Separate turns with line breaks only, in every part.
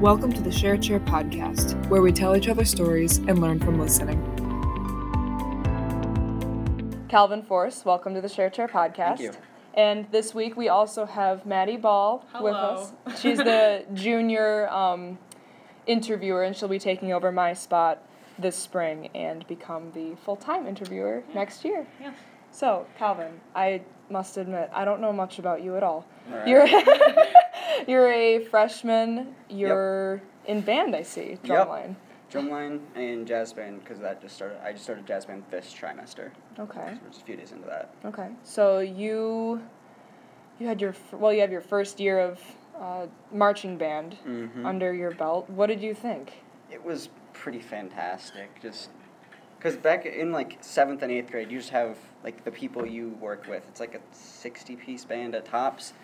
Welcome to the Share Chair podcast, where we tell each other stories and learn from listening. Calvin Force, welcome to the Share Chair podcast.
Thank you.
And this week we also have Maddie Ball with
Hello.
us. She's the junior um, interviewer, and she'll be taking over my spot this spring and become the full time interviewer next year.
Yeah.
So, Calvin, I must admit, I don't know much about you at all.
All right.
You're you're a freshman. You're in band, I see. Drumline.
Drumline and jazz band because that just started. I just started jazz band this trimester.
Okay.
So we're just a few days into that.
Okay. So you you had your f- well, you have your first year of uh, marching band
Mhm.
under your belt. What did you think?
It was pretty fantastic. Just because back in like seventh and eighth grade, you just have like the people you work with. It's like a sixty-piece band at tops,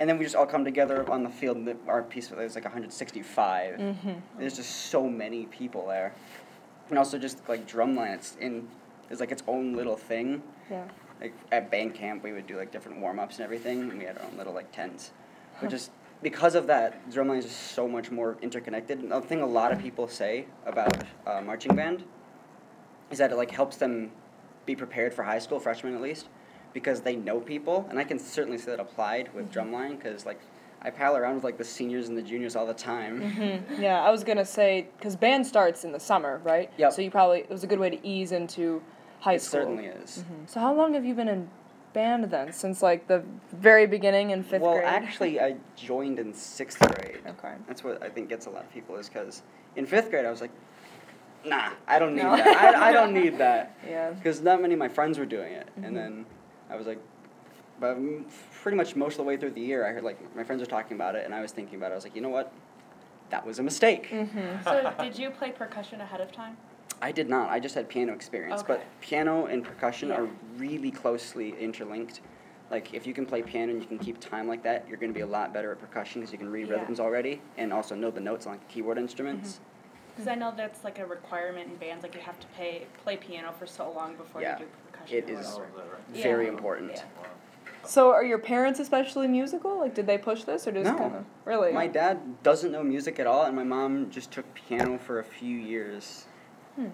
and then we just all come together on the field. And our piece was like one hundred sixty-five.
Mhm.
There's just so many people there, and also just like drumline. It's in. It's like its own little thing.
Yeah.
like at band camp we would do like different warm ups and everything, and we had our own little like tents. But just because of that, drumline is just so much more interconnected. And a thing a lot of people say about uh, marching band is that it like helps them be prepared for high school freshmen at least because they know people, and I can certainly say that applied with drumline because like I pal around with like the seniors and the juniors all the time.
Mhm. Yeah. I was gonna say because band starts in the summer, right?
Yep.
So you probably it was a good way to ease into high
It
school. Mm-hmm.
certainly is.
So how long have you been in band then? Since like the very beginning in fifth
well,
grade.
actually, I joined in sixth grade.
Okay.
That's what I think gets a lot of people is because in fifth grade I was like, nah, I don't need
No.
that. I, I don't need that
Yeah. Mm-hmm.
because not many of my friends were doing it. And then I was like, but m- pretty much most of the way through the year, I heard like my friends were talking about it, and I was thinking about it. I was like, you know what, that was a mistake.
Mm-hmm.
So did you play percussion ahead of time?
I did not. I just had piano experience,
Okay.
but piano and percussion
Yeah.
are really closely interlinked. Like if you can play piano and you can keep time like that, you're going to be a lot better at percussion because you can read
Yeah.
rhythms already and also know the notes on like, keyboard instruments.
Mm-hmm.
Because I know that's like a requirement in bands, like you have to pay play piano for so long before
Yeah.
you do percussion.
It
or
is-
whatever.
Very
Yeah.
important.
Yeah.
So are your parents especially musical? Like did they push this or just
No.
kind of really?
My dad doesn't know music at all, and my mom just took piano for a few years. I
Hmm.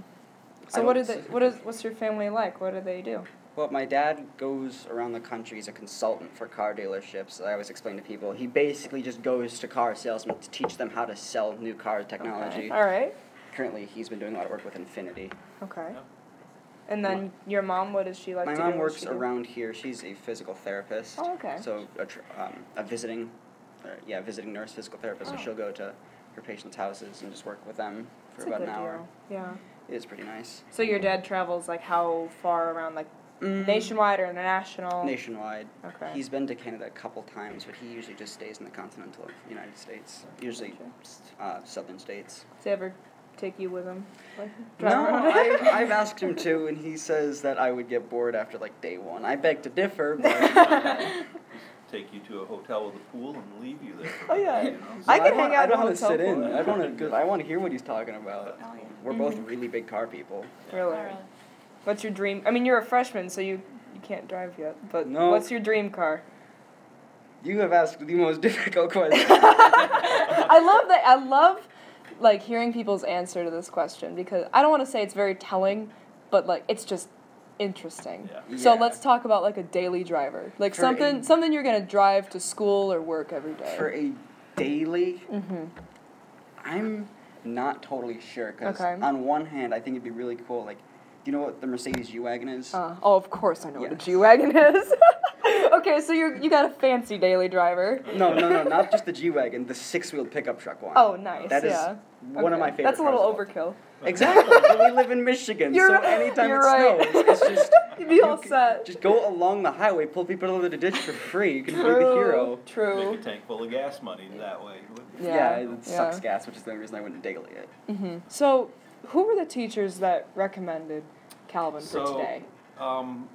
So what
don't
is it?
see-
What is what's your family like? What do they do?
Well, my dad goes around the country. He's a consultant for car dealerships. I always explain to people he basically just goes to car salesmen to teach them how to sell new car technology.
All right.
Currently, he's been doing a lot of work with Infinity.
Okay. And then your mom, what does she like?
My
to do?
mom
What does
works
she do?
around here. She's a physical therapist.
Oh, okay.
So a, tr- um, a visiting, or, yeah, visiting nurse, physical therapist.
Oh.
So she'll go to her patients' houses and just work with them for
That's a
about an
good
hour.
deal. Yeah.
It is pretty nice.
So your dad travels like how far around, like
Mm.
nationwide or international?
Nationwide.
Okay.
He's been to Canada a couple times, but he usually just stays in the continental United States, usually
Gotcha.
s- uh, southern states.
Does he ever take you with him? Like, drive
No,
around?
I've, I've asked him to, and he says that I would get bored after like day one. I beg to differ, but.
take you to a hotel with a pool and leave you there.
Oh, yeah.
You know?
I
No,
could
don't-
hang out
I don't
in a
want to
hotel
sit in.
pool.
I want to. I want to hear what he's talking about.
Oh, yeah.
We're both
Mm-hmm.
really big car people.
really?
Alright.
What's your dream? I mean, you're a freshman, so you you can't drive yet. But
No.
what's your dream car?
You have asked the most difficult question.
I love that. I love like hearing people's answer to this question because I don't want to say it's very telling, but like it's just interesting.
Yeah.
So
Yeah.
let's talk about like a daily driver, like
For
something
a-
something you're gonna drive to school or work every day.
For a daily,
Mm-hmm.
I'm not totally sure because
Okay.
on one hand, I think it'd be really cool. Like, do you know what the Mercedes U wagon is?
Uh, oh, of course I know what a
Yes.
G wagon is. okay, so you you got a fancy daily driver.
no, no, no, not just the G wagon. The six-wheeled pickup truck one.
Oh, nice.
That is
yeah.
one of
Okay.
my favorite.
That's a little
cars of all time.
overkill.
Exactly. but we live in Michigan,
You're-
so anytime
you're
it
right.
snows, it's just
You'd be all
c-
set.
just go along the highway, pull people out of the ditch for free. You can be the hero.
True.
Make a tank full of gas money that way. wouldn't you?
Yeah,
Yeah, it
yeah.
sucks gas, which is the only reason I wouldn't daily it.
So, who were the teachers that recommended Calvin for
So-
today?
Um,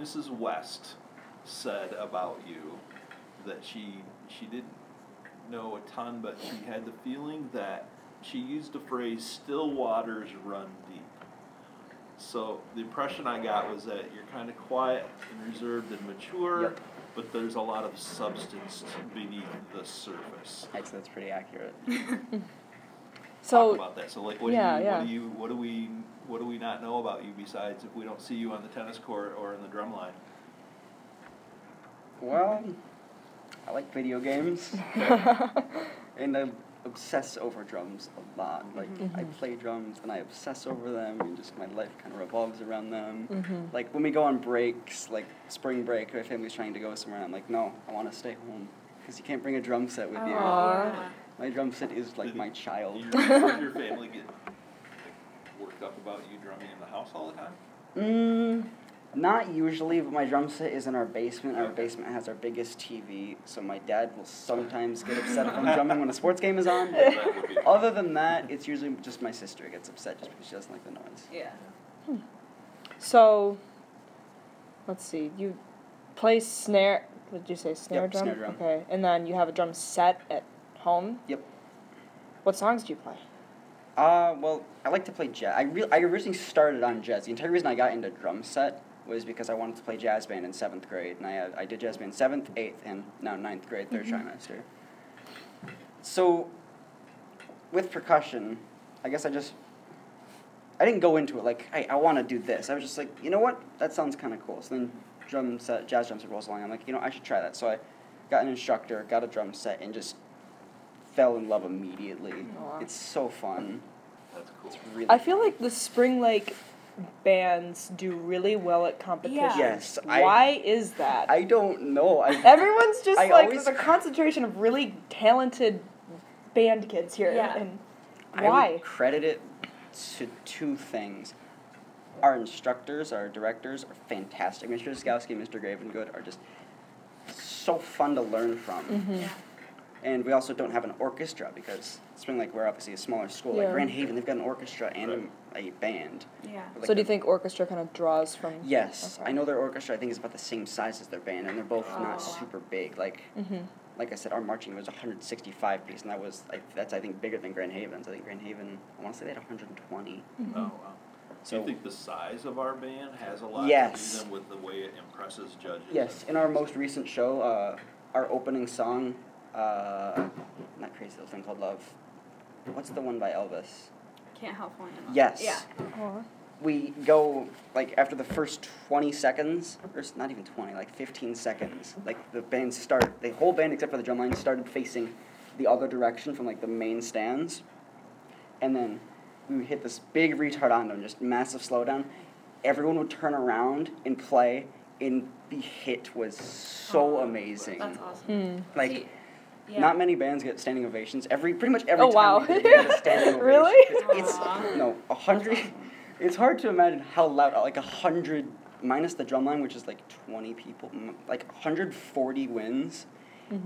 Mrs. West said about you that she she didn't know a ton, but she had the feeling that she used the phrase "still waters run deep." So the impression I got was that you're kind of quiet and reserved and mature,
Yep.
but there's a lot of substance beneath the surface.
Actually, that's pretty accurate.
Talk
So
about that. So like, what
yeah,
do you,
yeah.
what do you, what do we, what do we not know about you besides if we don't see you on the tennis court or in the drum line?
Well, I like video games, and I obsess over drums a lot. Like I play drums and I obsess over them, and just my life kind of revolves around them. Like when we go on breaks, like spring break, my family's trying to go somewhere, and I'm like, no, I want to stay home because you can't bring a drum set with you.
Aw.
My drum set is like my child.
Did your, did your family get like, worked up about you drumming in the house all the time?
Mm, not usually, but my drum set is in our basement. Our basement has our biggest TV, so my dad will sometimes get upset if I'm drumming when a sports game is on.
That would be-
Other than that, it's usually just my sister who gets upset just because she doesn't like the noise.
Yeah.
so let's see. You play snare what did you say snare
Yep,
drum?
snare drum.
Okay. And then you have a drum set at home.
Yep.
What songs do you play?
Uh, well, I like to play jazz. I, re- I originally started on jazz. The entire reason I got into drum set was because I wanted to play jazz band in seventh grade, and I, had, I did jazz band seventh, eighth, and now ninth grade, 3rd trimester. So, with percussion, I guess I just I didn't go into it like hey, I want to do this. I was just like, you know what, that sounds kind of cool. So then, drum set, jazz drum set rolls along. I'm like, you know, I should try that. So I got an instructor, got a drum set, and just fell in love immediately.
Aw.
It's so fun.
That's cool.
It's really.
I feel like the Spring Lake bands do really well at competitions.
Yes, I-
Why is that?
I don't know. I
Everyone's just
I
like
always-
there's a concentration of really talented band kids here.
Yeah.
And
I
why?
would credit it to two things. Our instructors, our directors are fantastic. Mr. Skowski and Mr. Gravengood are just so fun to learn from.
Mm-hmm.
Yeah.
And we also don't have an orchestra because Spring Lake, we're obviously a smaller school.
Yeah.
Like Grand Haven, they've got an orchestra and a band.
Yeah.
Like
so do you
the-
think orchestra kind of draws from?
Yes,
Okay.
I know their orchestra. I think is about the same size as their band, and they're both
Oh. Mm-hmm.
not super big. Like, like I said, our marching was 165 piece, and that was I, that's I think bigger than Grand Haven's. I think Grand Haven, I want to say they had 120.
Oh, wow. Do
So
you think the size of our band has a lot
Yes.
to do then with the way it impresses judges?
yes, in our most recent show, uh, our opening song, uh, not crazy little thing called love. What's the one by Elvis?
Can't help falling in love.
Yes.
Yeah.
Aw.
we go like after the first 20 seconds or s- not even 20 like 15 seconds like the band start the whole band except for the drum line started facing the other direction from like the main stands and then we would hit this big retardando and just massive slowdown everyone would turn around and play and the hit was so
Aw,
amazing
Oh, That's awesome.
like
See, yeah.
not many bands get standing ovations. Every pretty much every
Oh,
time
wow.
we get a standing ovation.
Really?
It's,
Aw.
it's no a hundred. It's hard to imagine how loud like a hundred minus the drum line, which is like twenty people, m- like hundred forty wins,
Mm-hmm.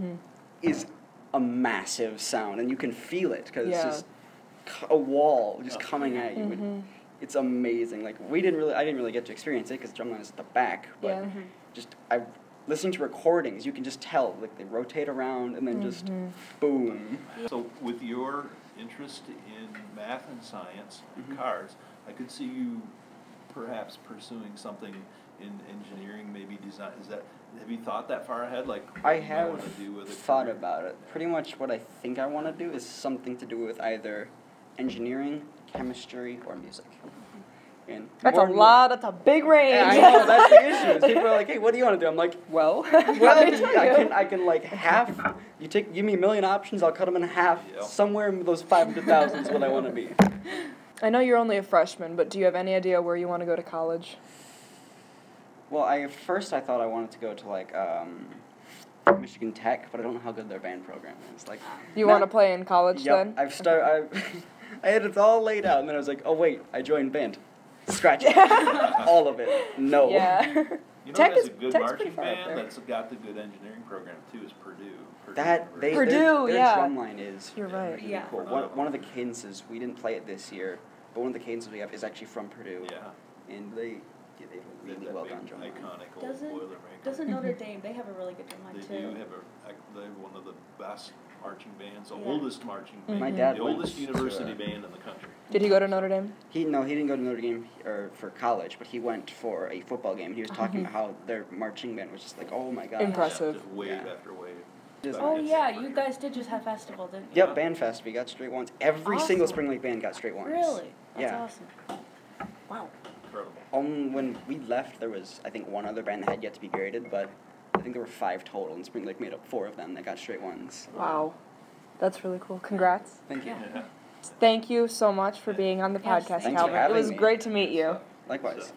is a massive sound, and you can feel it because
Yeah. Mm-hmm.
it's just c- a wall just
Yeah.
coming at you. and It's amazing. Like we didn't really, I didn't really get to experience it because drum line is at the back, but
Yeah.
just I listening to recordings, you can just tell like they rotate around and then just
Mm-hmm.
boom.
So with your interest in math and science,
Mm-hmm.
and cars, I could see you perhaps pursuing something in engineering, maybe design. Is that have you thought that far ahead? Like what
I
you might
have
wanna do with a
thought
career?
about it. Pretty much what I think I want to do is something to do with either engineering, chemistry, or music. And
That's
more
a
and more-
lot. That's a big range.
Yeah, I know that's the issue. is People are like, "Hey, what do you want to do?" I'm like,
well,
"Well,
let me tell
I
you.
can, I can like half. You take, give me a million options. I'll cut them in half.
Yeah.
Somewhere in those five hundred thousand is what I want to be."
I know you're only a freshman, but do you have any idea where you want to go to college?
Well, I at first I thought I wanted to go to like um, Michigan Tech, but I don't know how good their band program is. Like,
You
Nah.
want to play in college
Yep,
then?
I've started. I, I had it all laid out, and then I was like, oh wait, I joined band. Scratch it, all of it. No.
Yeah.
You know,
Tech
there's
is-
a good
tech's pretty
marching
far up
band
there.
that's got the good engineering program too. Is Purdue. Purdue
That they
University.
their-
Purdue,
their,
yeah.
drum line is.
You're right.
really
Yeah.
Cool. One, one of the cadences we didn't play it this year, but one of the cadences we have is actually from Purdue,
yeah.
and they yeah, they
They had
really
that
well
big
done drum line.
Iconic old
Doesn't-
Boilermaker.
Doesn't Notre Dame? They have a really good drum line
They
too.
do have a, I- they have one of the best marching bands, the
Yeah. Mm-hmm.
oldest marching
Mhm.
band,
My
Mhm.
dad
the
went
oldest
to,
university
uh,
band in the country.
Did he go to Notre Dame?
He no, he didn't go to Notre Dame or for college, but he went for a football game. He
Mm-hmm.
was talking about how their marching band was just like, oh my god.
Impressive.
Just wave
Yeah.
after wave.
Just-
Oh
It's
yeah,
pretty-
you guys did just have festival, didn't you?
Yep, Bandfest. We got straight ones. Every single
Awesome.
Spring Lake band got straight ones.
Really? That's
Yeah.
awesome. Wow.
Incredible.
Um, when we left, there was I think one other band that had yet to be graded, but I think there were five total, and Spring Lake made up four of them that got straight ones.
Wow. That's really cool. Congrats.
Thank you.
Yeah.
Yeah.
Thank you so much for being on the
Yes,
podcast,
thank
you. Thanks for
Calvin. It was
having me.
great to meet you.
Likewise.
So-